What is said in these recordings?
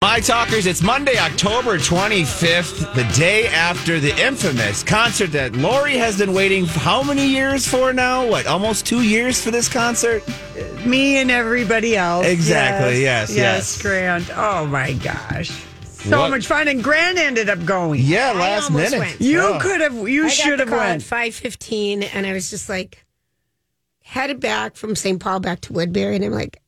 My talkers, it's Monday, October 25th, the day after the infamous concert that Lori has been waiting for how many years for now? What, almost two years for this concert? me and everybody else. Exactly, yes, yes. Yes, Grant. Oh my gosh. So What- much fun, and Grant ended up going. Yeah, I last almost minute. went. You Oh. could have. You I should got have the call went. at five fifteen, and I was just like headed back from St. Paul back to Woodbury, and I'm like,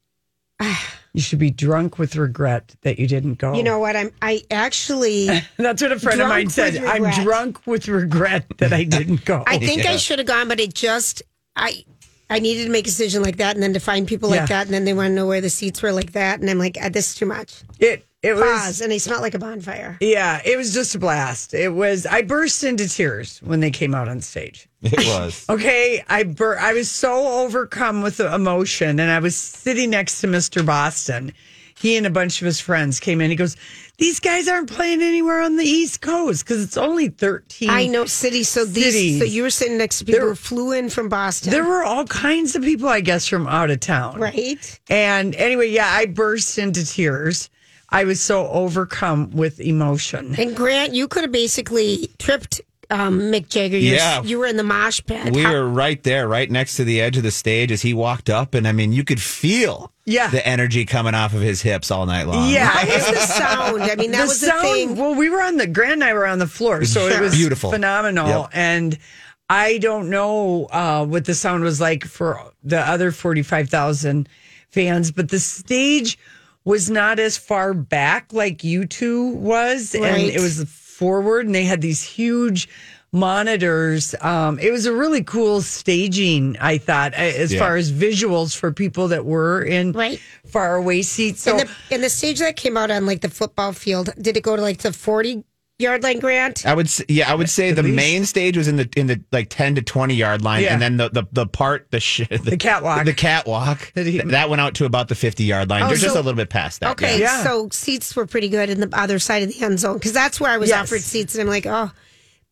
You should be drunk with regret that you didn't go. you know what? I'm I actually that's what a friend of Drunk mine with said. I'm regret. drunk with regret that I didn't go. I think Yeah. I should have gone, but it just I I needed to make a decision like that, and then to find people Yeah. like that, and then they want to know where the seats were like that, and I'm like, "Ah, this is too much. it. It was. Pause, and I smelled like a bonfire. Yeah, it was just a blast. It was. I burst into tears when they came out on stage. It was. Okay, I bur- I was so overcome with the emotion, and I was sitting next to Mr. Boston. He and a bunch of his friends came in. He goes, "These guys aren't playing anywhere on the East Coast because it's only 13. I know city, so these Mm. Cities. so you were sitting next to people There- who flew in from Boston, There were all kinds of people, I guess, from out of town. right? And anyway, yeah, I burst into tears. I was so overcome with emotion. And Grant, you could have basically tripped um, Mick Jagger. You Yeah. were, you were in the mosh pit. We How- were right there, right next to the edge of the stage as he walked up. And I mean, you could feel Yeah. the energy coming off of his hips all night long. Yeah. That was the sound. I mean, that was the thing. Well, we were on the Grant and I were on the floor, so it Sure. was Beautiful. phenomenal. Yep. And I don't know uh, what the sound was like for the other forty-five thousand fans, but the stage was not as far back like you two was, and Right. it was forward, and they had these huge monitors um it was a really cool staging i thought a- as Yeah. far as visuals for people that were in Right. far away seats so and, the, and the stage that came out on like the football field, did it go to like the 40 yard line, Grant? I would s- yeah, I would say the least. main stage was in the in the like ten to twenty yard line, Yeah. and then the, the the part the sh- the, catwalk. the catwalk That he- th- that went out to about the fifty yard line, Oh, They're just so- a little bit past that. Okay, yeah. Yeah. so seats were pretty good in the other side of the end zone because that's where I was Yes. offered seats, and I'm like, oh,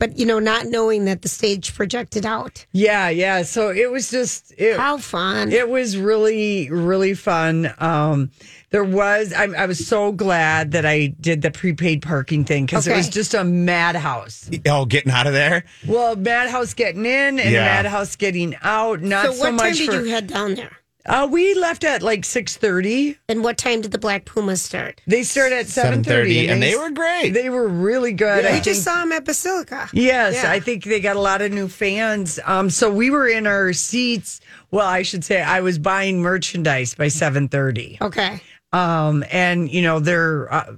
but you know, not knowing that the stage projected out. Yeah, yeah. So it was just it. How fun! It was really, really fun. Um, there was I, I was so glad that I did the prepaid parking thing because it was Okay. just a madhouse. Oh, getting out of there. Well, madhouse getting in and Yeah. madhouse getting out. Not so, so, what time much did for. you head down there? uh, we left at like six thirty. And what time did the Black Pumas start? They started at seven 7:30, thirty, and they were great. They were really good. I we think- just saw him at Basilica. Yes, Yeah. I think they got a lot of new fans. Um, so we were in our seats. Well, I should say I was buying merchandise by seven thirty. Okay. Um, and you know, they're uh,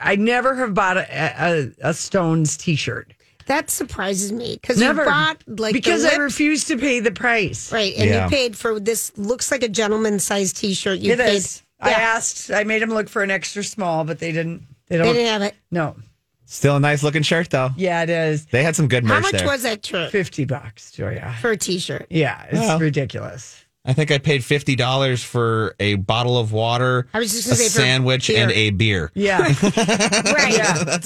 I never have bought a, a, a Stones T-shirt. That surprises me because you Never bought like the because I lip- refuse to pay the price. right, and Yeah. you paid for this. Looks like a gentleman sized T-shirt. You It paid. is. I asked. I made them look for an extra small, but they didn't. They don't. They didn't have it. no. Still a nice looking shirt though. Yeah, it is They had some good merch How much there. was that shirt fifty bucks, Julia. for a T-shirt? Yeah, it's Oh. Well. ridiculous. I think I paid fifty dollars for a bottle of water, I was just a gonna say for sandwich, beer. and a beer. Yeah, Right.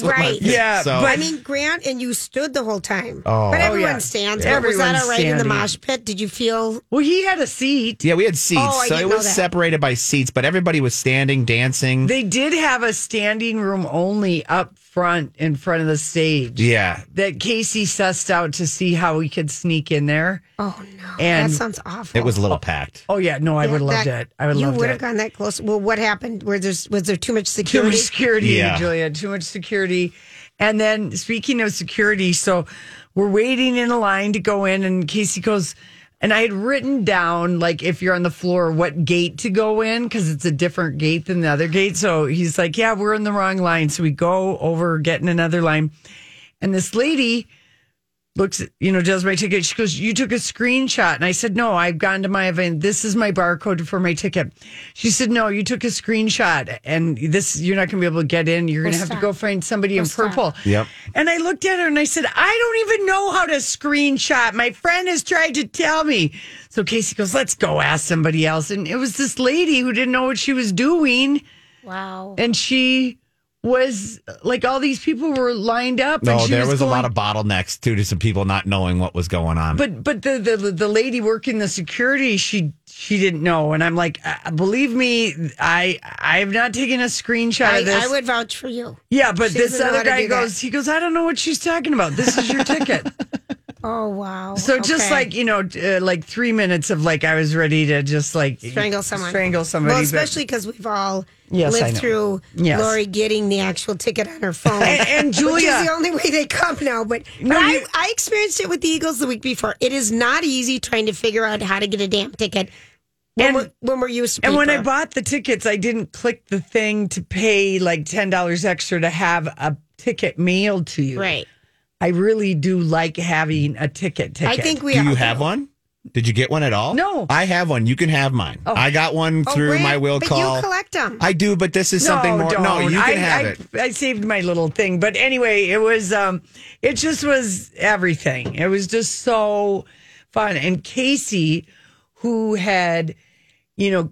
right. yeah. So- I mean, Grant, and you stood the whole time. Oh. but everyone Oh, yeah. stands. Yeah. Was that Everyone's all right in the standing. mosh pit? Did you feel? well, he had a seat. Yeah, we had seats, Oh, I so it didn't know was that. separated by seats, but everybody was standing, dancing. They did have a standing room only up front in front of the stage. yeah, That Casey sussed out to see how we could sneak in there. Oh no, And- that sounds awful. it was a little packed. Oh yeah, no, I would have loved That- it. I would You love would have it. gone that close. Well, what happened? Were there was there too much Too much security? security, Yeah. Julia. Too much security. And then speaking of security, so we're waiting in a line to go in, and Casey goes, and I had written down like if you're on the floor, what gate to go in because it's a different gate than the other gate. So he's like, yeah, we're in the wrong line. So we go over, get in another line, and this lady looks, at- you know, does my ticket. She goes, You took a screenshot. And I said, No, I've gone to my event. This is my barcode for my ticket. She said, No, you took a screenshot and this, you're not going to be able to get in. You're going to have to go find somebody in purple. Yep. And I looked at her and I said, I don't even know how to screenshot. My friend has tried to tell me. So Casey goes, Let's go ask somebody else. And it was this lady who didn't know what she was doing Wow. and she was like all these people were lined up and No, she there was, a going- lot of bottlenecks due to some people not knowing what was going on. but but the, the the lady working the security she she didn't know and i'm like uh, believe me i i have not taken a screenshot I, of this I would vouch for you. yeah but she this doesn't other know how to guy do that. goes he goes i don't know what she's talking about this is your ticket Oh wow. so just Okay. like you know uh, like three minutes of like i was ready to just like strangle someone. strangle somebody Well, but- especially because we've all Yes, I lived know. through Yes. Lori getting the actual ticket on her phone. And- and which Julia- is the only way they come now. But, No, but you- I, I experienced it with the Eagles the week before. It is not easy trying to figure out how to get a damn ticket when, And- we're, when we're used to. And when I paper. bought the tickets, I didn't click the thing to pay like ten dollars extra to have a ticket mailed to you. right, I really do like having a ticket. I Ticket. think we. Do you all have one? Did you get one at all? No. I have one. You can have mine. I got one Oh, through Brant, my will but call. You collect them. I do, but this is something more. Don't. No, you can I, have I, it. I saved my little thing, but anyway, it was um, it just was everything. It was just so fun. And Casey, who had, you know,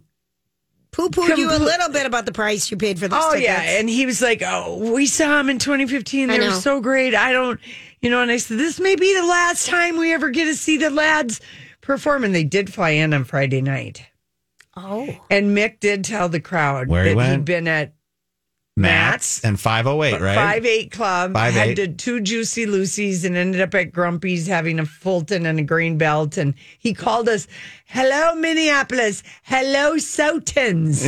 Poo pooed you a Compl- little bit about the price you paid for those Oh tickets. yeah, and he was like, "Oh, we saw him in 2015. I They were know. so great. I don't, you know." And I said, "This may be the last time we ever get to see the lads perform." And they did fly in on Friday night, oh, and Mick did tell the crowd Where he that went? had been at Matt's Matt's and 508, right? Five Eight Club, 5'8". had to two Juicy Lucy's, and ended up at Grumpy's having a Fulton and a green belt. And he called us, "Hello Minneapolis, hello Sotans."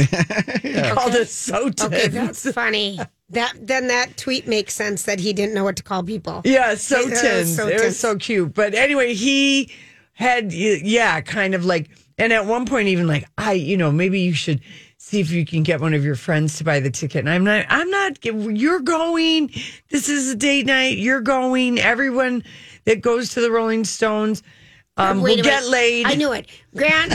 He called us Sotans. okay, that's funny. That then that tweet makes sense that he didn't know what to call people. Yeah, so Yeah, tense. so It was tense. so cute. But anyway, he had yeah, kind of like and at one point even like I, you know, maybe you should see if you can get one of your friends to buy the ticket. And I'm not I'm not you're going. This is a date night. You're going. Everyone that goes to the Rolling Stones um, will Wait a get minute. laid. I knew it. Grant,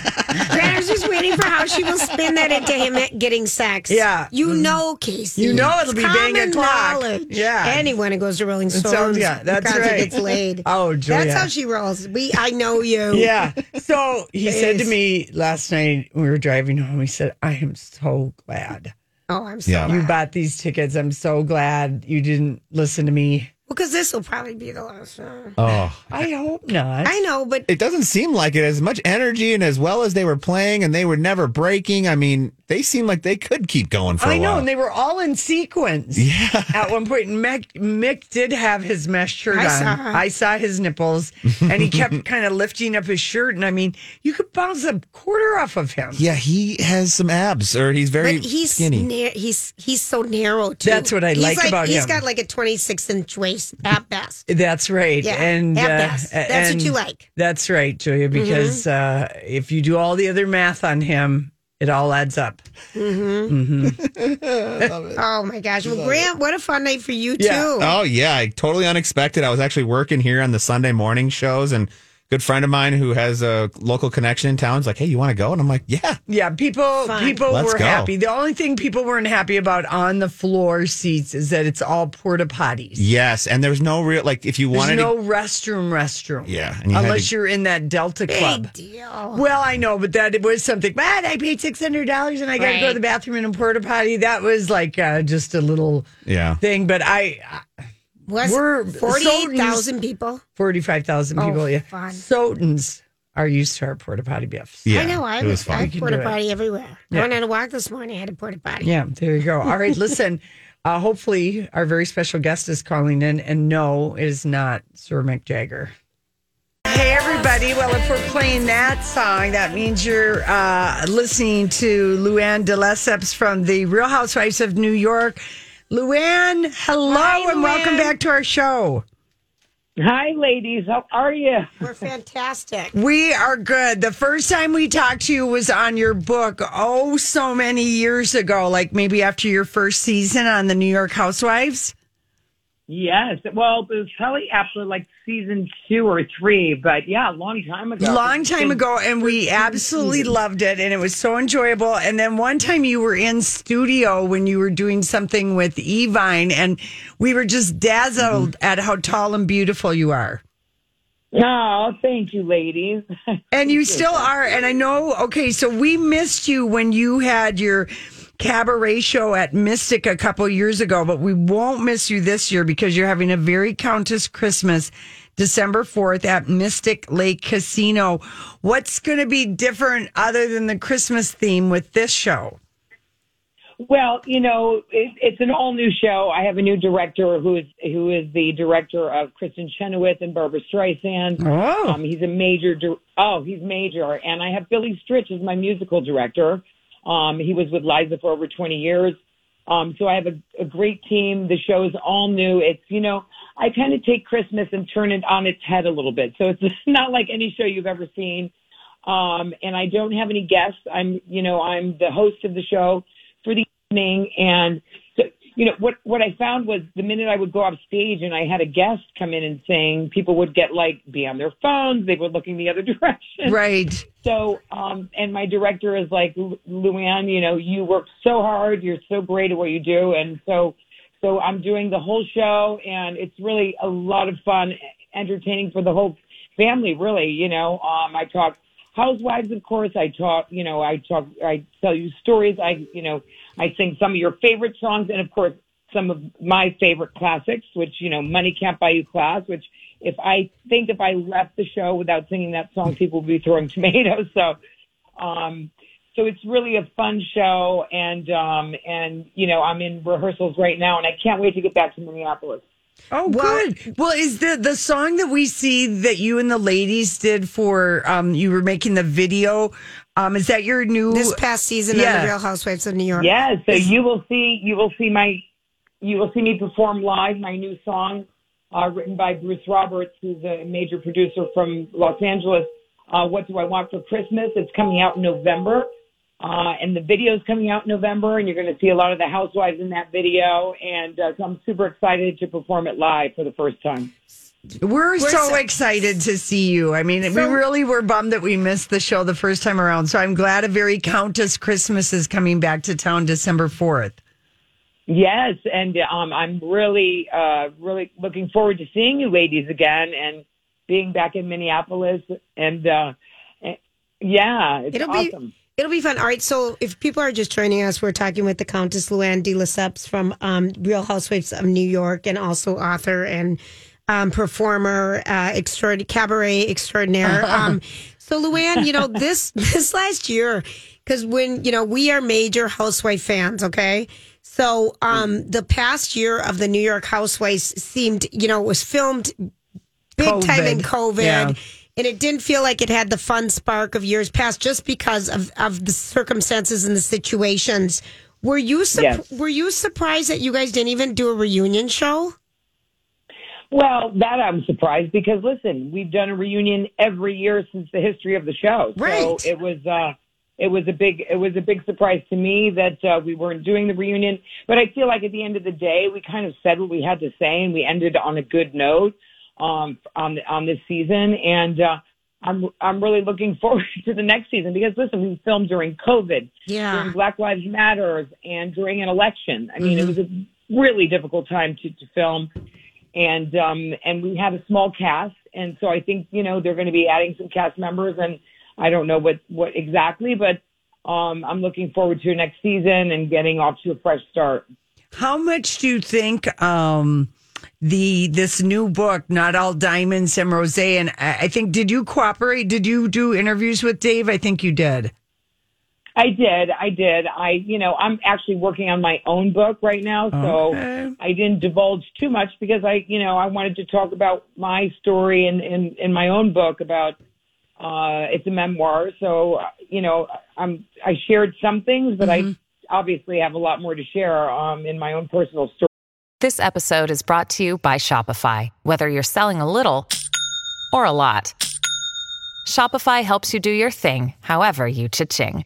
Grant is just waiting for how she will spin that into him getting sex. Yeah. Mm. You know, Casey. You know it'll be It's bang common o'clock. knowledge. Yeah. Anyone who goes to Rolling so, Stones, yeah, that's concert right. gets laid. Oh, Julia. That's how she rolls. We, I know you. yeah. So he said to Jeez. me last night we were driving home. He said, "I am so glad Oh, I'm so Yeah. yeah. you bought these tickets. I'm so glad you didn't listen to me." Because this will probably be the last one. Oh, I hope not. I know, but it doesn't seem like it. As much energy and as well as they were playing and they were never breaking. I mean, they seem like they could keep going for I a know, while. and they were all in sequence. Yeah. At one point, Mick, Mick did have his mesh shirt I on. saw it. I saw his nipples, and he kept kind of lifting up his shirt. And I mean, you could bounce a quarter off of him. yeah, he has some abs, or he's very but he's skinny. nar- he's he's so narrow too. That's what I He's like about He's him. got like a 26 inch waist at best. That's right. Yeah, and uh, at best. That's what and you like. Mm-hmm. That's right, Julia, because uh, if you do all the other math on him, it all adds up. Oh my gosh. Well, Grant, what a fun night for you Yeah. too. Oh yeah, I- totally unexpected. I was actually working here on the Sunday morning shows, and a good friend of mine who has a local connection in town is like, "Hey, you want to go?" And I'm like, "Yeah." Yeah, people Fun. people Let's were go. happy. The only thing people weren't happy about on the floor seats is that it's all porta potties. Yes, and there's no real like if you wanted There's no to, restroom, restroom. Yeah, and you had unless to- you're in that Delta Club. Big deal. Well, I know, but that it was something. But I paid six hundred dollars and I got to go to Right. the bathroom in a porta potty. That was like uh, just a little yeah. thing. But I Was we're- 48,000 people? forty five thousand Oh, people. yeah, fun. Sotans are used to our porta potty biffs. yeah, I know. I it was was, fun. I had porta do it. potty everywhere. I went on a walk this morning. I had a porta potty. Yeah, there you go. All right, listen. Uh, hopefully, our very special guest is calling in, and no, it is not Sir Mick Jagger. Hey, everybody. Well, if we're playing that song, that means you're uh, listening to Luann de Lesseps from the Real Housewives of New York. Luann, hello Hi, and welcome Luann. back to our show. Hi, ladies. How are you? We're fantastic. We are good. The first time we talked to you was on your book, oh, so many years ago, like maybe after your first season on the New York Housewives. Yes. Well, it was probably after like season two or three, but yeah, a long time ago. long time ago and we absolutely loved it and it was so enjoyable and then one time you were in studio when you were doing something with evine and we were just dazzled at how tall and beautiful you are Oh, thank you, ladies. and you still are and i know okay so we missed you when you had your cabaret show at mystic a couple years ago but we won't miss you this year because you're having a very countess christmas december 4th at mystic lake casino what's going to be different other than the christmas theme with this show Well, you know, it, it's an all new show. I have a new director who is who is the director of Kristen Chenoweth and Barbara Streisand. Oh. um, he's a major. Di- oh, he's major, and I have Billy Stritch as my musical director. Um, he was with Liza for over twenty years. Um, so I have a, a great team. The show is all new. It's you know, I kind of take Christmas and turn it on its head a little bit. So it's not like any show you've ever seen um, and I don't have any guests. I'm, you know, I'm the host of the show for the evening, and so, you know, what what I found was the minute I would go off stage and I had a guest come in and sing, people would get like be on their phones, they were looking the other direction. right So, um, and my director is like, "Lu- Luann, you know, you work so hard, you're so great at what you do, and so, so I'm doing the whole show, and it's really a lot of fun, entertaining for the whole family, really. You know, um, I talk housewives, of course. I talk, you know, I talk, I tell you stories. I, you know, I sing some of your favorite songs, and of course, some of my favorite classics, which you know, Money Can't Buy You Class, which if I think if I left the show without singing that song, people would be throwing tomatoes. So, um, so it's really a fun show, and um, and you know, I'm in rehearsals right now, and I can't wait to get back to Minneapolis. Oh, good. Well, is the the song that we see that you and the ladies did for um you were making the video um is that your new This past season on Yeah. The Real Housewives of New York. Yeah, so you will see you will see my you will see me perform live my new song uh, written by Bruce Roberts, who's a major producer from Los Angeles. Uh, what do I want for Christmas? It's coming out in November, uh, and the video's coming out in November, and you're going to see a lot of the housewives in that video. And uh, so I'm super excited to perform it live for the first time. We're, so, so- excited to see you. I mean, we really were bummed that we missed the show the first time around. So I'm glad a very Countess Christmas is coming back to town December 4th. Yes, and um, I'm really, uh, really looking forward to seeing you ladies again and being back in Minneapolis. And uh, eh, yeah, it's It'll awesome. be it'll be fun. All right, so if people are just joining us, we're talking with the Countess Luann de Lesseps from um, Real Housewives of New York, and also author and um, performer uh, extraordinary cabaret extraordinaire. Um, so Luann, you know this this last year because when you know we are major housewife fans, okay. So um, the past year of the New York Housewives seemed, you know, was filmed big time in COVID. COVID. Yeah. And it didn't feel like it had the fun spark of years past just because of, of the circumstances and the situations. Were you sup- Yes. were you surprised that you guys didn't even do a reunion show? Well, that I'm surprised because listen, we've done a reunion every year since the history of the show. So Right. it was uh it was a big it was a big surprise to me that uh, we weren't doing the reunion, but I feel like at the end of the day we kind of said what we had to say and we ended on a good note um on on this season and uh I'm I'm really looking forward to the next season because listen, we filmed during COVID during Black Lives Matters and during an election. I mean, it was a really difficult time to, to film, and um, and we have a small cast, and so I think you know they're going to be adding some cast members, and I don't know what what exactly, but um, I'm looking forward to next season and getting off to a fresh start. How much do you think um the this new book, Not All Diamonds and Rose, and I, I think did you cooperate? Did you do interviews with Dave? I think you did. I did. I did. I, you know, I'm actually working on my own book right now, so Okay. I didn't divulge too much because I, you know, I wanted to talk about my story in in, in my own book about uh it's a memoir. So, uh, you know, I'm I shared some things, but I obviously have a lot more to share um in my own personal story. This episode is brought to you by Shopify. Whether you're selling a little or a lot, Shopify helps you do your thing, however you cha-ching.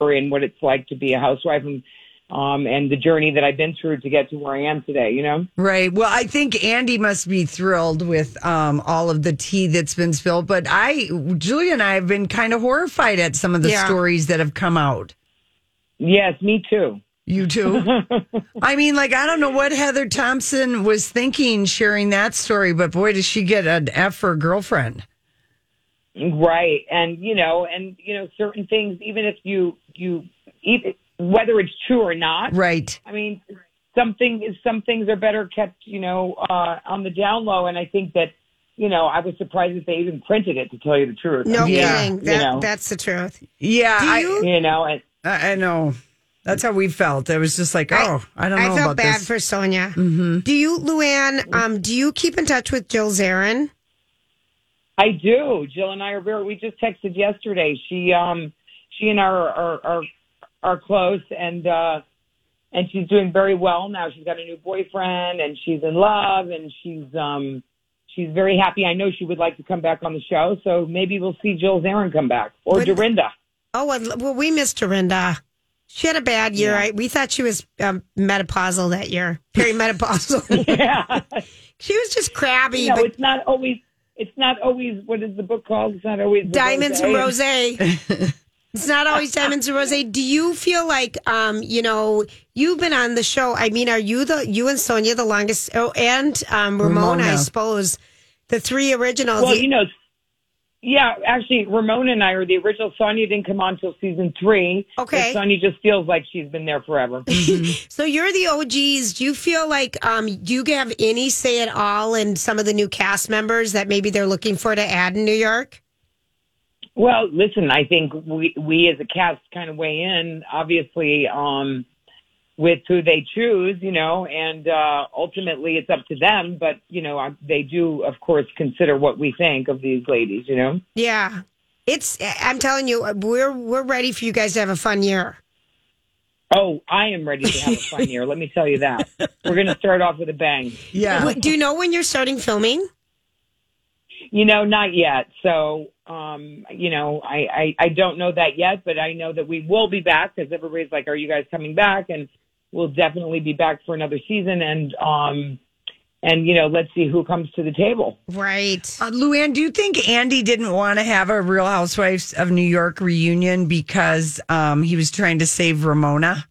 and what it's like to be a housewife and um and the journey that I've been through to get to where I am today, you know? Right. Well, I think Andy must be thrilled with um, all of the tea that's been spilled. But I, Julia and I have been kind of horrified at some of the Yeah. stories that have come out. Yes, me too. You too. I mean, like, I don't know what Heather Thompson was thinking sharing that story, but boy, does she get an F for girlfriend. Right. And, you know, and, you know, certain things, even if you, you, even, whether it's true or not, Right. I mean, something is, some things are better kept, you know, uh, on the down low. And I think that, you know, I was surprised that they even printed it to tell you the truth. No Yeah, kidding. you That, know. That's the truth. Yeah. Do I- you- You know, and, I, I know. That's how we felt. It was just like, oh, I, don't know I felt about bad this. Mm-hmm. for Sonia. Do you, Luann? Um, do you keep in touch with Jill Zarin? I do. Jill and I are very. We just texted yesterday. She um she and I are are are, are close and uh and she's doing very well now. She's got a new boyfriend and she's in love and she's um she's very happy. I know she would like to come back on the show, so maybe we'll see Jill Zarin come back or Wouldn't- Dorinda. Oh, well, well, we missed Dorinda. She had a bad year. I, we thought she was um, menopausal that year, perimenopausal. Yeah, she was just crabby, you know, but it's not always. It's not always. What is the book called? It's not always the diamonds and rose. it's not always diamonds and rose. Do you feel like, um, you know, you've been on the show? I mean, are you the you and Sonia the longest? Oh, and um, Ramona, I Ramona. suppose, the three originals. Well, you know, yeah, actually, Ramona and I are the original. Sonia didn't come on till season three. Okay. But Sonia just feels like she's been there forever. So you're the OGs. Do you feel like um, do you have any say at all in some of the new cast members that maybe they're looking for to add in New York? well, listen, I think we we as a cast kind of weigh in, obviously, um, with who they choose, you know, and uh, ultimately it's up to them. But you know, I, they do, of course, consider what we think of these ladies, you know. Yeah, it's. I'm telling you, we're we're ready for you guys to have a fun year. Oh, I am ready to have a fun year. Let me tell you that. We're going to start off with a bang. Yeah. Wait, Do you know when you're starting filming? You know, not yet. So, um, you know, I, I, I don't know that yet, but I know that we will be back because everybody's like, are you guys coming back? And we'll definitely be back for another season. And, um, and, you know, let's see who comes to the table. Right. Uh, Luann, do you think Andy didn't want to have a Real Housewives of New York reunion because um, he was trying to save Ramona?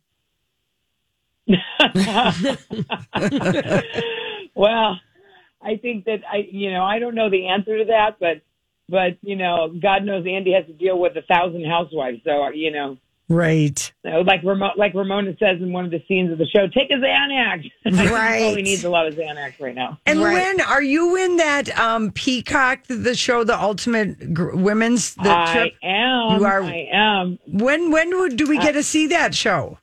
Well, I think that I, you know, I don't know the answer to that, but, but, you know, God knows Andy has to deal with a thousand housewives. So, you know, Right. Uh, like Ramo- like Ramona says in one of the scenes of the show, take a Xanax. Right. he needs a lot of Xanax right now. And Right. Luann, are you in that um, Peacock, the show, the Ultimate Gr- Women's the I trip? am. You are- I am. When when would- do Uh, we get to see that show?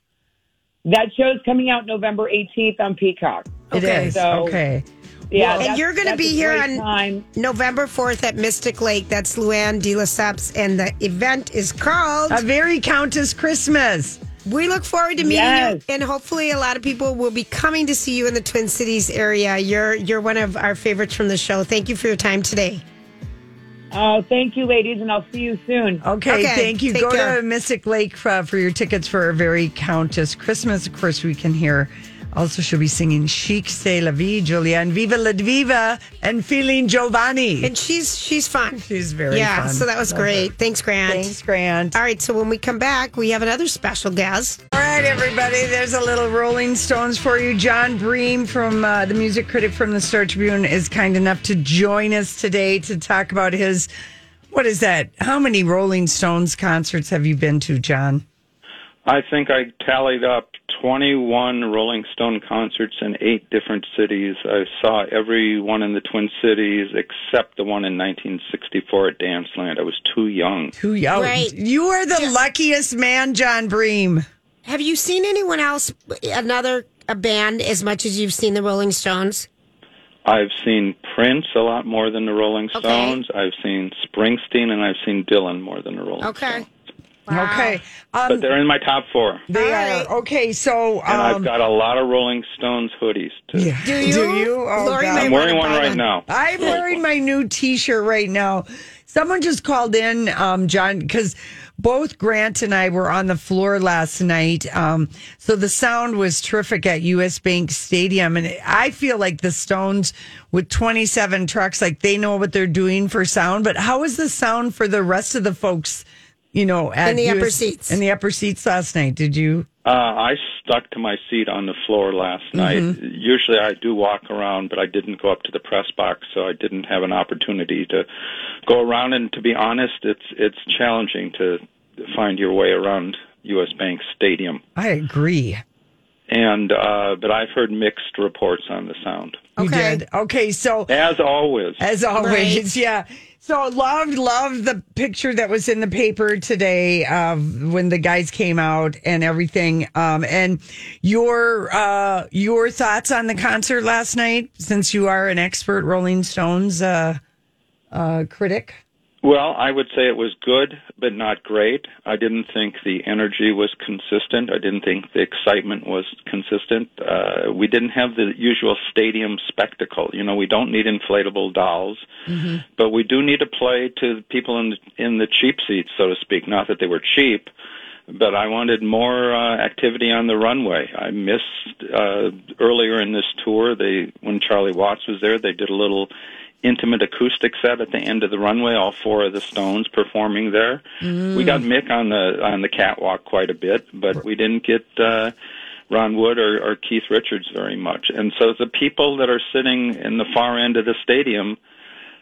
That show's coming out November 18th on Peacock. it is So, okay. Yeah, and that's- you're gonna that's be a here great on- time. November fourth at Mystic Lake. That's Luann De Lesseps, and the event is called. A very Countess Christmas. We look forward to meeting Yes. you, and hopefully, a lot of people will be coming to see you in the Twin Cities area. You're you're one of our favorites from the show. Thank you for your time today. Oh, thank you, ladies, and I'll see you soon. Okay, Okay, thank you. take Go care. to Mystic Lake uh, for your tickets for a very Countess Christmas. Of course, we can hear. Also, she'll be singing Chic C'est la Vie, Julianne, Viva la Diva, and Feeling Giovanni. And she's she's fun. She's very yeah. fun. So that was Love great. her. Thanks, Grant. Thanks, Grant. All right. So when we come back, we have another special guest. All right, everybody. There's a little Rolling Stones for you. John Bream from uh, the music critic from the Star Tribune is kind enough to join us today to talk about his. What is that? How many Rolling Stones concerts have you been to, John? I think I tallied up 21 Rolling Stone concerts in eight different cities. I saw every one in the Twin Cities except the one in 1964 at Danceland. I was too young. Who y'all? Right. You are the luckiest man, John Bream. Have you seen anyone else, another a band, as much as you've seen the Rolling Stones? I've seen Prince a lot more than the Rolling Okay. Stones. I've seen Springsteen and I've seen Dylan more than the Rolling Okay. Stones. Wow. Okay. But Um, they're in my top four. they right. are. Okay, so. And I've Um, got a lot of Rolling Stones hoodies, too. yeah. Do you? Do you? Oh, Lori God. might I'm wanna wearing one buy right now. I'm wearing my new T-shirt right now. Someone just called in, um, John, because both Grant and I were on the floor last night. Um, so the sound was terrific at U.S. Bank Stadium, and I feel like the Stones with 27 trucks, like they know what they're doing for sound. But how is the sound for the rest of the folks? You know, at the upper US seats. In the upper seats last night, did you? Uh, I stuck to my seat on the floor last night. mm-hmm. Usually I do walk around, but I didn't go up to the press box, so I didn't have an opportunity to go around. And to be honest, it's it's challenging to find your way around U.S. Bank Stadium. I agree. And uh, but I've heard mixed reports on the sound, Oh, You Okay. did. Okay, so as always. As always, yeah. So loved, loved the picture that was in the paper today of when the guys came out and everything. Um, and your uh, your thoughts on the concert last night, since you are an expert Rolling Stones uh, uh, critic. Well, I would say it was good, but not great. I didn't think the energy was consistent. I didn't think the excitement was consistent. Uh, we didn't have the usual stadium spectacle. You know, we don't need inflatable dolls, but we do need to play to the people in the, in the cheap seats, so to speak. Not that they were cheap, but I wanted more uh, activity on the runway. I missed uh, earlier in this tour. They when Charlie Watts was there, they did a little intimate acoustic set at the end of the runway. All four of the Stones performing there. We got Mick on the on the catwalk quite a bit, but we didn't get. Uh, Ron Wood or, or Keith Richards very much, and so the people that are sitting in the far end of the stadium,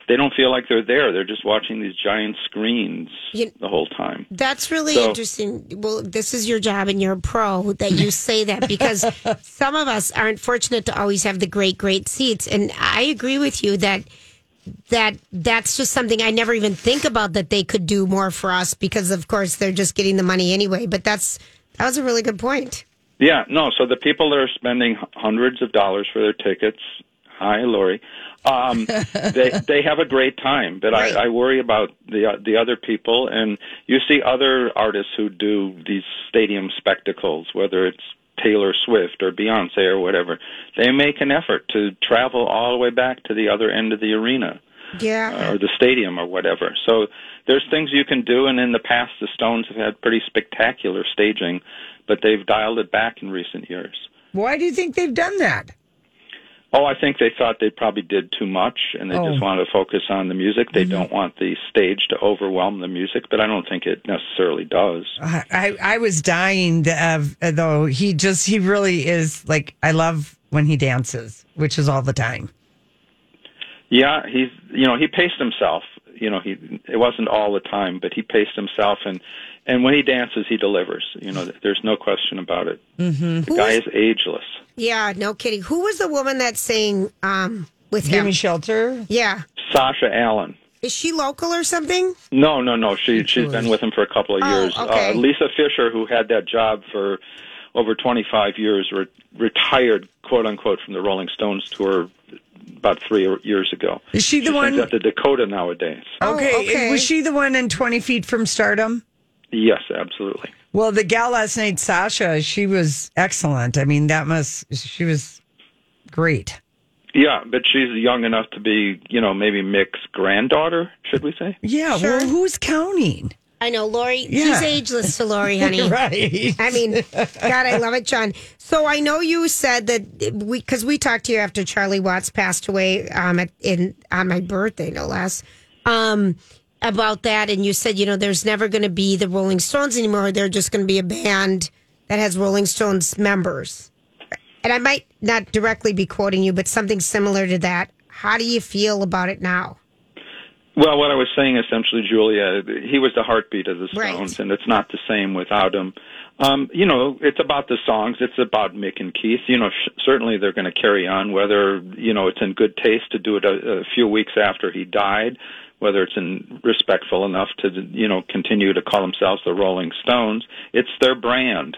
they don't feel like they're there. They're just watching these giant screens You- the whole time. That's really So- interesting. Well, this is your job and you're a pro that you say that because some of us aren't fortunate to always have the great, great seats. And I agree with you that that that's just something I never even think about that they could do more for us because of course they're just getting the money anyway. But that's that was a really good point. Yeah, no. So the people that are spending h- hundreds of dollars for their tickets, hi Lori, um, they they have a great time. But I, I worry about the uh, the other people, and you see other artists who do these stadium spectacles, whether it's Taylor Swift or Beyonce or whatever. They make an effort to travel all the way back to the other end of the arena Yeah. or the stadium or whatever. So there's things you can do, and in the past, the Stones have had pretty spectacular staging, but they've dialed it back in recent years. Why do you think they've done that? Oh, I think they thought they probably did too much, and they Oh. just want to focus on the music. Mm-hmm. They don't want the stage to overwhelm the music, but I don't think it necessarily does. I, I was dying to have, uh, though. He just he really is like I love when he dances, which is all the time. Yeah, he's you know he paced himself. You know he it wasn't all the time, but he paced himself, and and when he dances, he delivers. You know, there's no question about it. Mm-hmm. The guy is ageless. Yeah, no kidding. Who was the woman that sang um with Give him? me shelter. yeah. Sasha Allen. Is she local or something? No, no, no. She she's been with him for a couple of Oh, years. okay. Uh, Lisa Fisher, who had that job for over 25 years, re- retired quote unquote from the Rolling Stones tour about three or- years ago. Is she the sings one- at the Dakota nowadays? Okay. Oh, okay. Was she the one in 20 Feet from Stardom? Yes, absolutely. Well, the gal last night, Sasha, she was excellent. I mean, that must, she was great. Yeah, but she's young enough to be, you know, maybe Mick's granddaughter, should we say? Yeah, Sure. well, who's counting? I know, Lori. Yeah. He's ageless to Lori, honey. Right. I mean, God, I love it, John. So I know you said that we, because we talked to you after Charlie Watts passed away um, at, in on my birthday, no less, um, about that, and you said you know there's never going to be the Rolling Stones anymore. They're just going to be a band that has Rolling Stones members. And I might not directly be quoting you, but something similar to that. How do you feel about it now? Well, what I was saying essentially, Julia, he was the heartbeat of the Right. Stones, and it's not the same without him. Um, you know, it's about the songs. It's about Mick and Keith. You know, sh- certainly they're going to carry on, whether you know it's in good taste to do it a, a few weeks after he died, whether it's in respectful enough to you know continue to call themselves the Rolling Stones. It's their brand.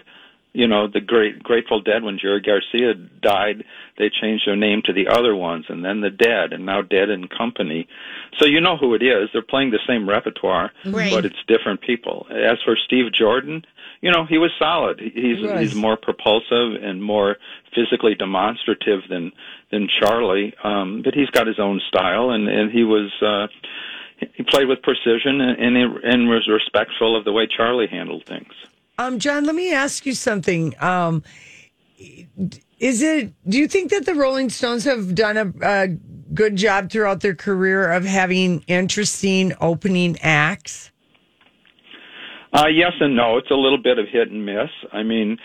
You know, the great Grateful Dead. When Jerry Garcia died, they changed their name to the other ones, and then the Dead, and now Dead and Company. So you know who it is. They're playing the same repertoire, Right. but it's different people. As for Steve Jordan, you know, he was solid. He- He's He was. he's more propulsive and more physically demonstrative than than Charlie, um, but he's got his own style, and and he was. Uh, he played with precision and, and and was respectful of the way Charlie handled things. Um, John, let me ask you something. Um, is it? Do you think that the Rolling Stones have done a, a good job throughout their career of having interesting opening acts? Uh, yes and no. It's a little bit of hit and miss. I mean,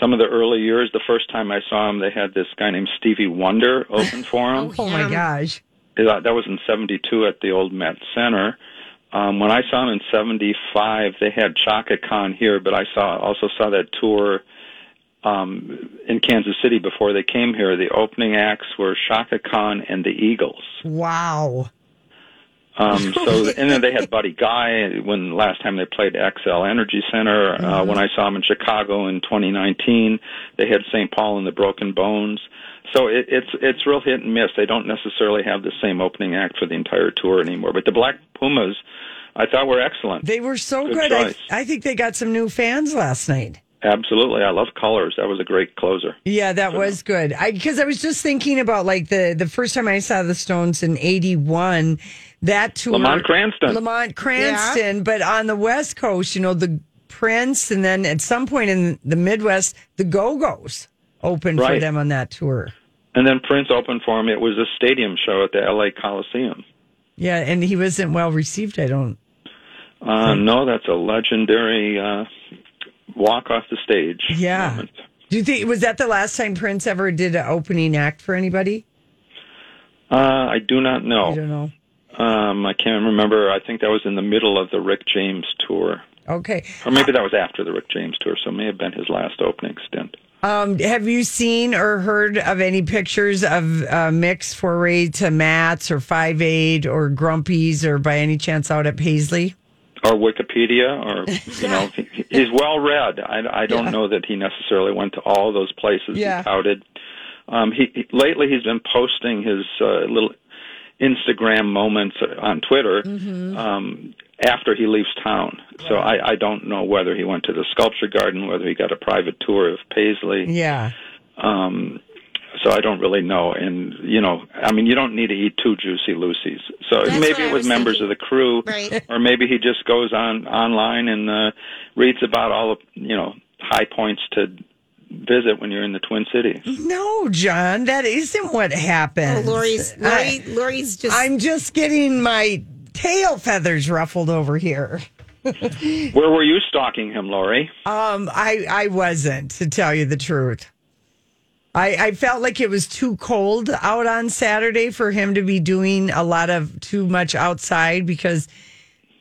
some of the early years, the first time I saw him, they had this guy named Stevie Wonder open for him. Oh Um, my gosh! that uh, that was in 72 at the old Met Center. Um, when I saw him in 75, they had Chaka Khan here, but I saw also saw that tour um, in Kansas City before they came here. The opening acts were Chaka Khan and the Eagles. Wow. Um, so, and then they had Buddy Guy when last time they played XL Energy Center. Mm-hmm. Uh, when I saw them in Chicago in 2019, they had St. Paul and the Broken Bones. So it, it's it's real hit and miss. They don't necessarily have the same opening act for the entire tour anymore. But the Black Pumas, I thought were excellent. They were so Good good. I, choice. I think they got some new fans last night. Absolutely, I love Colors. That was a great closer. Yeah, that was good. I because I was just thinking about like the the first time I saw the Stones in '81, that tour, Lamont Cranston. Lamont Cranston, but on the West Coast, you know, the Prince, and then at some point in the Midwest, the Go Go's opened for Right. them on that tour. And then Prince opened for him. It was a stadium show at the L.A. Coliseum. Yeah, and he wasn't well received. I don't. Uh, Hmm. no, that's a legendary uh, walk off the stage. Yeah. moment. Do you think was that the last time Prince ever did an opening act for anybody? Uh, I do not I don't know. know. Um, I can't remember. I think that was in the middle of the Rick James tour, Okay. or maybe that was after the Rick James tour, so it may have been his last opening stint. Um, have you seen or heard of any pictures of uh, Mick's foray to Matt's or Five Eight or Grumpy's or by any chance out at Paisley? Or Wikipedia, or you know, he, he's well read. I, I don't know that he necessarily went to all those places Yeah. he touted. Um, he, he lately he's been posting his uh, little Instagram moments on Twitter Mm-hmm. um, after he leaves town. So I, I don't know whether he went to the sculpture garden, whether he got a private tour of Paisley. Yeah. Um, so I don't really know. And, you know, I mean, you don't need to eat two Juicy Lucy's. So That's what maybe I it was was members thinking. of the crew, Right. or maybe he just goes on online and uh, reads about all the, you know, high points to visit when you're in the Twin Cities. No, John, that isn't what Oh, happened. Lori's Lori, I, Lori's just I'm just getting my tail feathers ruffled over here. Mm-hmm. Where were you stalking him, Lori? Um, I I wasn't to tell you the truth. I I felt like it was too cold out on Saturday for him to be doing a lot of too much outside because,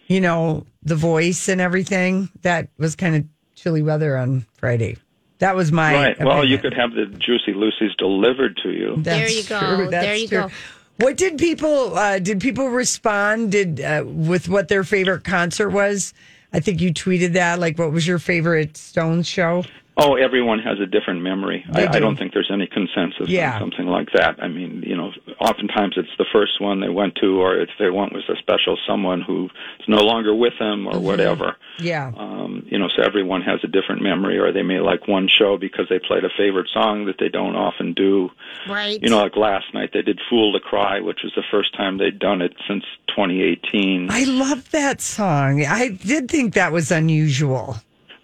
you know, the voice and everything. That was kind of chilly weather on Friday. That was my Right. Well, you opinion. could have the Juicy Lucy's delivered to you. There you go. There you go. What did people uh, did people respond? Did uh, with what their favorite concert was? I think you tweeted that. Like, what was your favorite Stones show? Oh, everyone has a different memory. They I, I do. don't think there's any consensus Yeah. on something like that. I mean, you know, oftentimes it's the first one they went to, or if they went with a special someone who's no longer with them, Mm-hmm. or whatever. Yeah. Um, you know, so everyone has a different memory, or they may like one show because they played a favorite song that they don't often do. Right. You know, like last night they did "Fool to Cry," which was the first time they'd done it since 2018. I love that song. I did think that was unusual.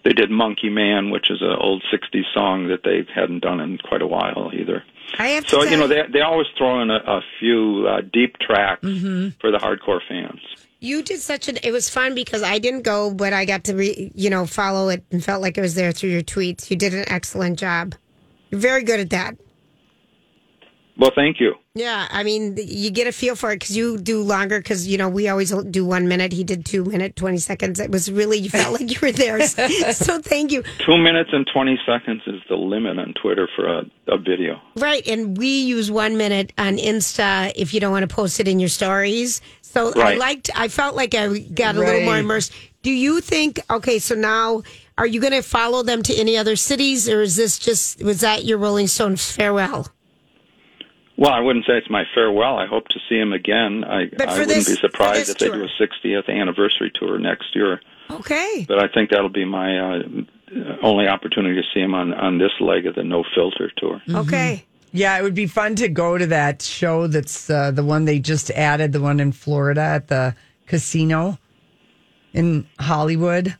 they did "Monkey Man," which is an old '60s song that they hadn't done in quite a while either. I have to So say, you know they they always throw in a, a few uh, deep tracks Mm-hmm. for the hardcore fans. You did such an. It was fun because I didn't go, but I got to re, you know follow it and felt like it was there through your tweets. You did an excellent job. You're very good at that. Well, thank you. Yeah, I mean, you get a feel for it because you do longer. Because you know, we always do one minute. He did two minute twenty seconds. It was really you felt like you were there. so thank you. Two minutes and twenty seconds is the limit on Twitter for a, a video. Right, and we use one minute on Insta if you don't want to post it in your stories. So I Right. liked. I felt like I got a little more Right. immersed. Do you think? Okay, so now are you going to follow them to any other cities, or is this just was that your Rolling Stones farewell? Well, I wouldn't say it's my farewell. I hope to see him again. I, But I for wouldn't this- be for surprised this if they do tour. a 60th anniversary tour next year. Okay, But I think that'll be my uh, only opportunity to see him on on this leg of the No Filter tour. Mm-hmm. okay. Yeah, it would be fun to go to that show that's uh, the one they just added, the one in Florida at the casino in Hollywood,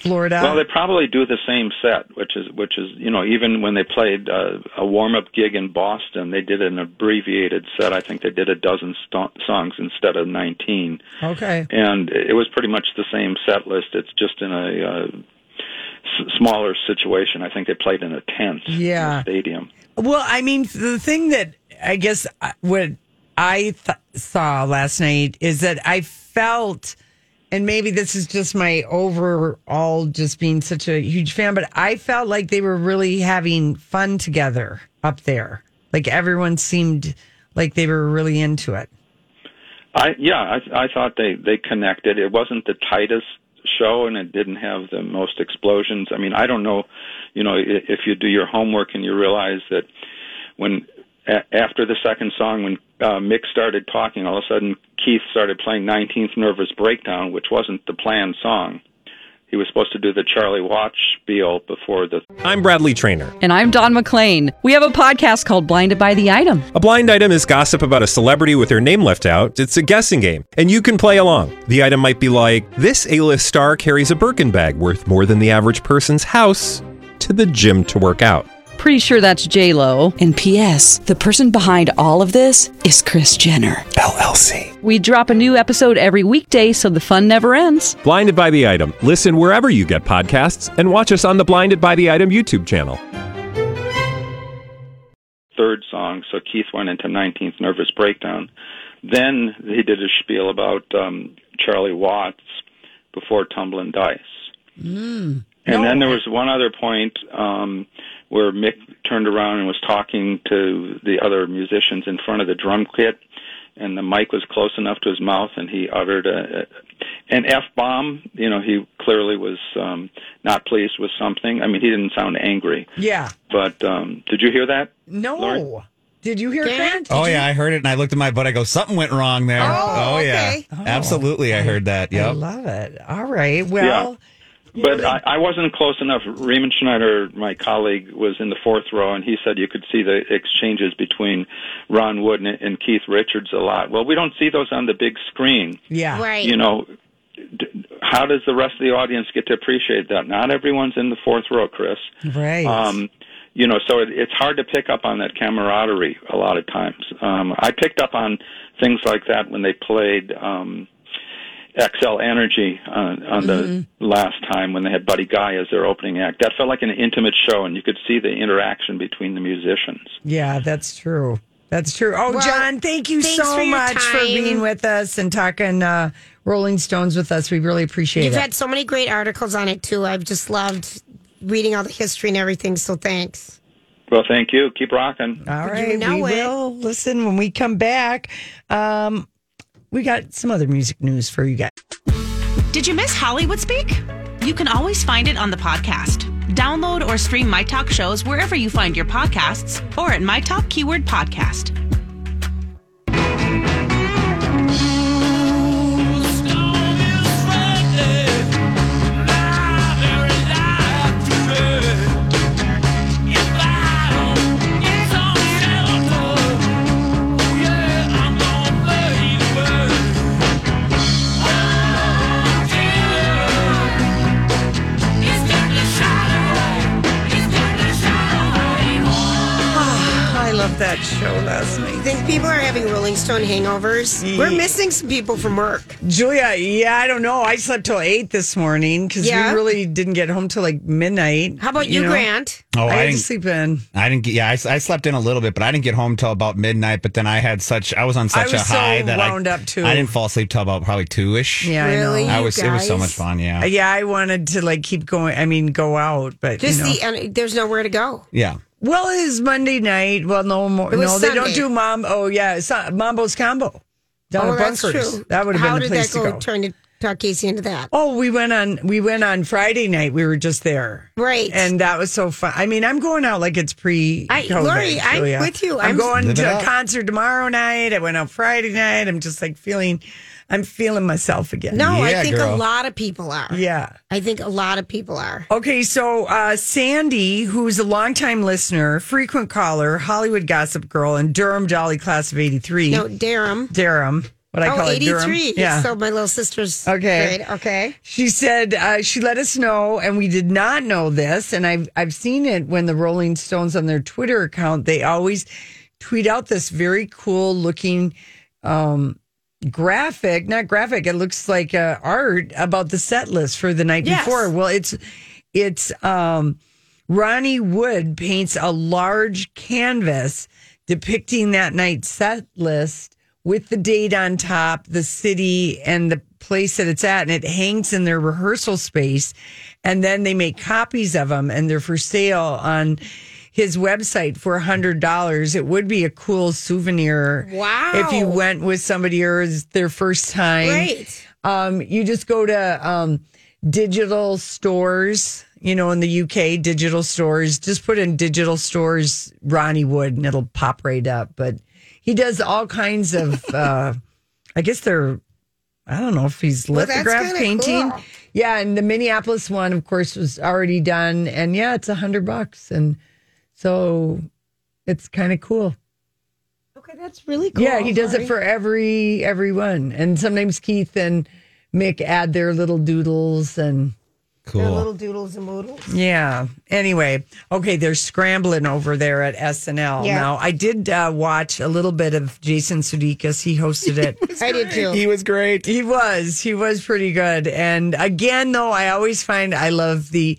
Florida. Well, they probably do the same set, which is which is you know even when they played uh, a warm up gig in Boston, they did an abbreviated set. I think they did a dozen sto- songs instead of nineteen, okay. and it was pretty much the same set list. It's just in a uh, s- smaller situation. I think they played in a tent, in a Yeah. stadium. Well, I mean, the thing that I guess I- what I th- saw last night is that I felt, and maybe this is just my overall just being such a huge fan, but I felt like they were really having fun together up there. Like everyone seemed like they were really into it. I yeah, I I thought they they connected. It wasn't the tightest show, and it didn't have the most explosions. I mean, I don't know, you know, i- if you do your homework and you realize that when a- after the second song, when uh, Mick started talking, all of a sudden Keith started playing 19th Nervous Breakdown, which wasn't the planned song. He was supposed to do the Charlie Watch spiel before the I'm Bradley Trainer. And I'm Don McClain. We have a podcast called Blinded by the Item. A blind item is gossip about a celebrity with their name left out. It's a guessing game, and you can play along. The item might be like this: A-list star carries a Birkin bag worth more than the average person's house to the gym to work out. Pretty sure that's J Lo. And P.S. The person behind all of this is Chris Jenner LLC. We drop a new episode every weekday, so the fun never ends. Blinded by the item. Listen wherever you get podcasts, and watch us on the Blinded by the Item YouTube channel. third song. So Keith went into 19th Nervous Breakdown. Then he did a spiel about um, Charlie Watts before Tumbling Dice. And then there was one other point um, where Mick turned around and was talking to the other musicians in front of the drum kit, and the mic was close enough to his mouth, and he uttered a, a, an f bomb. You know, he clearly was um, not pleased with something. I mean, he didn't sound angry, Yeah. but um, did you hear that? No. Lauren? Did you hear Dan? that? Oh yeah, I heard it, and I looked at my butt. I go, something went wrong there. Oh, okay. yeah, absolutely, I heard that. I Yep. love it. All right. Well, But I, I wasn't close enough. Raymond Schneider, my colleague, was in the fourth row, and he said you could see the exchanges between Ron Wood and, and Keith Richards a lot. Well, we don't see those on the big screen. yeah. Right. You know, d- how does the rest of the audience get to appreciate that? Not everyone's in the fourth row, Chris. Right. Um, you know, so it, it's hard to pick up on that camaraderie a lot of times. Um, I picked up on things like that when they played um, XL Energy on, on the last time when they had Buddy Guy as their opening act. That felt like an intimate show, and you could see the interaction between the musicians. Yeah, that's true. That's true. Oh, Well, John, thank you thanks for so your much for time. being with us and talking uh, Rolling Stones with us. We really appreciate You've it. had so many great articles on it too. I've just loved reading all the history and everything. So thanks. Well, thank you. Keep rocking. All right, know we it. will listen when we come back. Um, we got some other music news for you guys. Did you miss Hollywood Speak? You can always find it on the podcast. Download or stream My Talk shows wherever you find your podcasts or at My Talk Keyword Podcast. I love that show last night. I think people are having Rolling Stone hangovers. We're missing some people from work. Julia, yeah, I don't know. I slept till eight this morning because Yeah. we really didn't get home till like midnight. How about you, know? Grant? Oh, I, I had to didn't- sleep in. I didn't get. Yeah, I, s- I slept in a little bit, but I didn't get home till about midnight. But then I had such. I was on such was a high so that wound I up, too. I didn't fall asleep till about probably two ish. Yeah, Really? I know. I was. It was so guys? much fun. Yeah. Yeah, I wanted to like keep going. I mean, go out, but Just you know. the and there's nowhere to go. Yeah. well, it is Monday night. Well, no more. It was No, they don't Sunday. do mom. Oh, yeah, it's not, Mambo's combo down oh, at that's Bunkers. true. That would have How been the did place that to go? go. Trying to talk Casey into that. Oh, we went on. We went on Friday night. We were just there, Right. And that was so fun. I mean, I'm going out like it's pre. I- Lori, I'm with you. I'm, I'm- going Live it to a up. concert tomorrow night. I went out Friday night. I'm just like feeling. I'm feeling myself again. No, I Yeah, think girl. a lot of people are. Yeah. I think a lot of people are. Okay, so uh, Sandy, who's a longtime listener, frequent caller, Hollywood gossip girl, and Durham Jolly class of '83. No, Durham. Durham, what I call Oh, it, Durham. 83. So my little sister's Okay. grade. Okay. She said uh, she let us know, and we did not know this. And I've I've seen it when the Rolling Stones on their Twitter account they always tweet out this very cool looking um, graphic, not graphic. It looks like uh, art about the set list for the night Yes. before. Well, it's it's um, Ronnie Wood paints a large canvas depicting that night's set list with the date on top, the city, and the place that it's at. And it hangs in their rehearsal space. And then they make copies of them and they're for sale on his website for $100. It would be a cool souvenir. Wow. If you went with somebody or is their first time. Great. Um, you just go to um, digital stores, you know, in the UK, digital stores. Just put in digital stores Ronnie Wood and it'll pop right up. But he does all kinds of, uh, I guess they're, I don't know if he's Well, that's lithograph kinda painting. cool. Yeah. And the Minneapolis one, of course, was already done. And yeah, it's a hundred bucks. And so it's kind of cool. Okay, that's really cool. Yeah, he does Lori. it for every everyone, and sometimes Keith and Mick add their little doodles and Their Cool. little doodles and moodles. yeah. Anyway, okay, they're scrambling over there at SNL Yeah. now. I did uh, watch a little bit of Jason Sudeikis. He hosted it. I did too. He was great. He was. He was pretty good. And again, though, I always find I love the.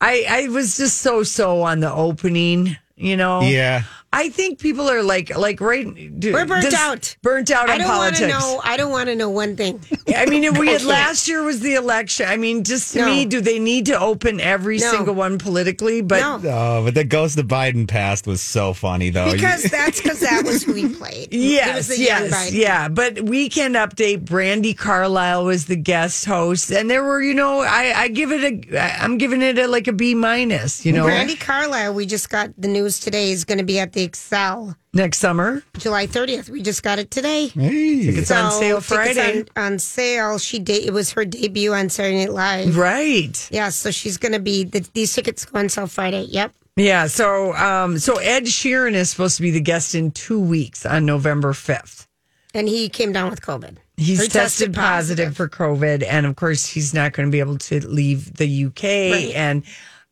I I was just so so on the opening. You know. Yeah. I think people are like like right. We're burnt out. Burnt out I on don't want politics. to know. I don't want to know one thing. I mean, we had last year was the election. I mean, just to No. me, do they need to open every No. single one politically? But No, Oh, but the ghost of Biden past was so funny though. You- because that's because that was who he played. It was yes, the young yes, Biden. yeah. But weekend update. Brandy Carlisle was the guest host, and there were, you know, I, I give it a, I- I'm giving it a like a B minus. You know, Randy Carlisle, we just got the news today, is going to be at the Excel next summer July 30th. We just got it today. it's on sale tickets Friday, On, on sale. She de- it was her debut on Saturday Night Live. right? Yeah, so she's going to be, the, these tickets go on sale Friday. Yep. Yeah. So, um, so Ed Sheeran is supposed to be the guest in two weeks on November fifth. And he came down with COVID. He's Or tested, positive, for COVID, and of course, he's not going to be able to leave the UK. And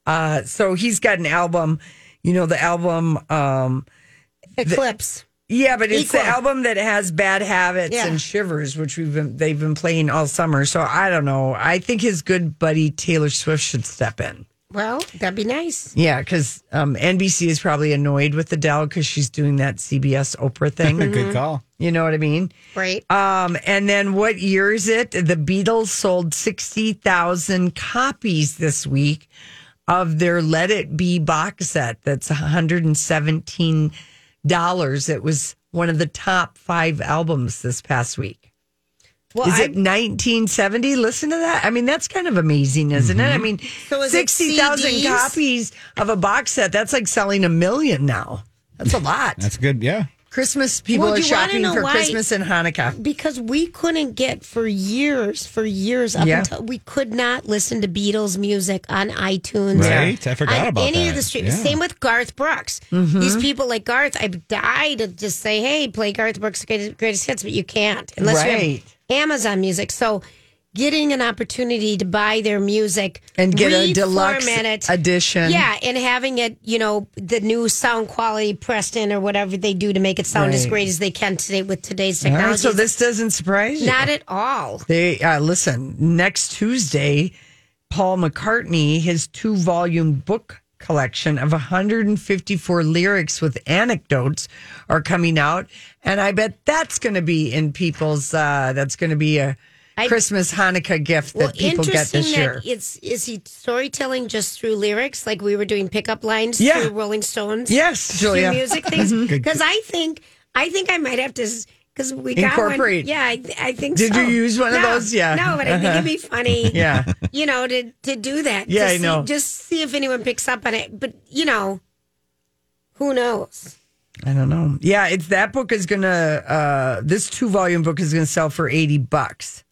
uh, so he's got an album, you know, the album. Um, Eclipse. yeah, but it's the Equal. album that has bad habits Yeah. and shivers, which we've been they've been playing all summer. So I don't know. I think his good buddy Taylor Swift should step in. well, that'd be nice. Yeah, because um, NBC is probably annoyed with Adele because she's doing that CBS Oprah thing. Good call. you know what I mean? Right. Um, and then what year is it? The Beatles sold 60,000 copies this week of their Let It Be box set that's $117. It was one of the top five albums this past week. Well, is I- it 1970? Listen to that. I mean, that's kind of amazing, isn't it? I mean, Mm-hmm. So is it 60,000 CDs? copies of a box set. That's like selling a million now. That's a lot. That's good. Yeah. Christmas people Well, are do you wanna shopping know for why? Christmas and Hanukkah. because we couldn't get for years, for years up Yeah. until we could not listen to Beatles music on iTunes. Right. I forgot on about any that. of the streams. Yeah. Same with Garth Brooks. Mm-hmm. These people like Garth, I've died to just say, "Hey, play Garth Brooks' greatest, greatest hits," but you can't unless Right. you have Amazon Music. So. Getting an opportunity to buy their music And get a reformat deluxe it. edition. yeah, and having it, you know, the new sound quality pressed in or whatever they do to make it sound as Right. great as they can today with today's All technology. right, so this doesn't surprise you. Not at all. They uh, listen next Tuesday. Paul McCartney, his two volume book collection of 154 lyrics with anecdotes are coming out, and I bet that's going to be in people's. Uh, that's going to be a I- Christmas Hanukkah gift that Well, people get interesting this that year. it's is he storytelling just through lyrics, like we were doing pickup lines Yeah. through Rolling Stones. Yes, through Julia. music things. Because I think I think I might have to. Because we got Incorporate. One. Yeah, I, I think. Did so. you use one of No, those? Yeah. No, but I think it'd be funny. Yeah. You know, to to do that. Yeah, to I see, know. Just see if anyone picks up on it. But you know, who knows? I don't know. Yeah, it's that book is going to. Uh, this two volume book is going to sell for 80 bucks,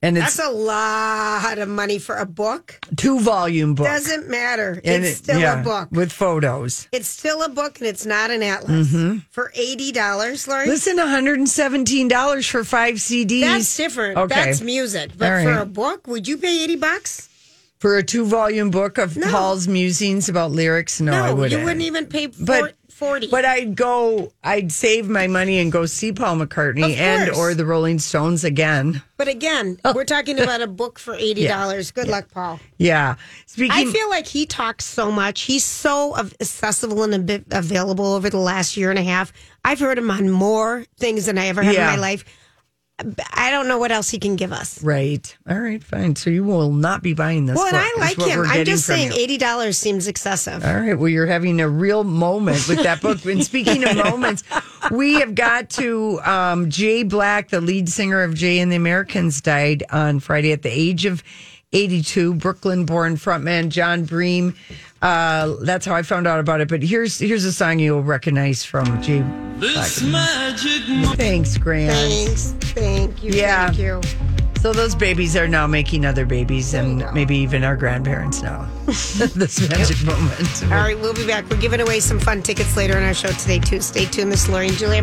and it's That's a lot of money for a book. two volume book. Doesn't matter. And it's it- still yeah, a book. with photos. It's still a book and it's not an atlas Mm-hmm. for eighty dollars, Lori. Listen, one hundred and seventeen dollars for five CDs. that's different. Okay, That's music. But All for right. a book, would you pay eighty bucks? for a two-volume book of No. Paul's musings about lyrics. No, I wouldn't. you wouldn't even pay four, But- forty. But I'd go. I'd save my money and go see Paul McCartney Of and course. or the Rolling Stones again. but again, Oh. we're talking about a book for eighty dollars. Good luck, Paul. Yeah. Speaking. I feel like he talks so much. He's so av- accessible and a bit available over the last year and a half. I've heard him on more things than I ever have Yeah. in my life. I don't know what else he can give us. right. All right. Fine. So you will not be buying this. Well, and book, I is like what him. we're I'm getting just from saying, you. eighty dollars seems excessive. All right. Well, you're having a real moment with that book. And speaking of moments, we have got to um, Jay Black, the lead singer of Jay and the Americans, died on Friday at the age of 82. Brooklyn-born frontman John Bream. Uh, that's how I found out about it. But here's here's a song you'll recognize from Jay. This magic. Thanks, Grant. Thanks. Thank you. Yeah. Thank you. So those babies are now making other babies, and maybe even our grandparents now. this magic moment. All right, we'll be back. We're giving away some fun tickets later in our show today, too. Stay tuned. This is Lori and Julia.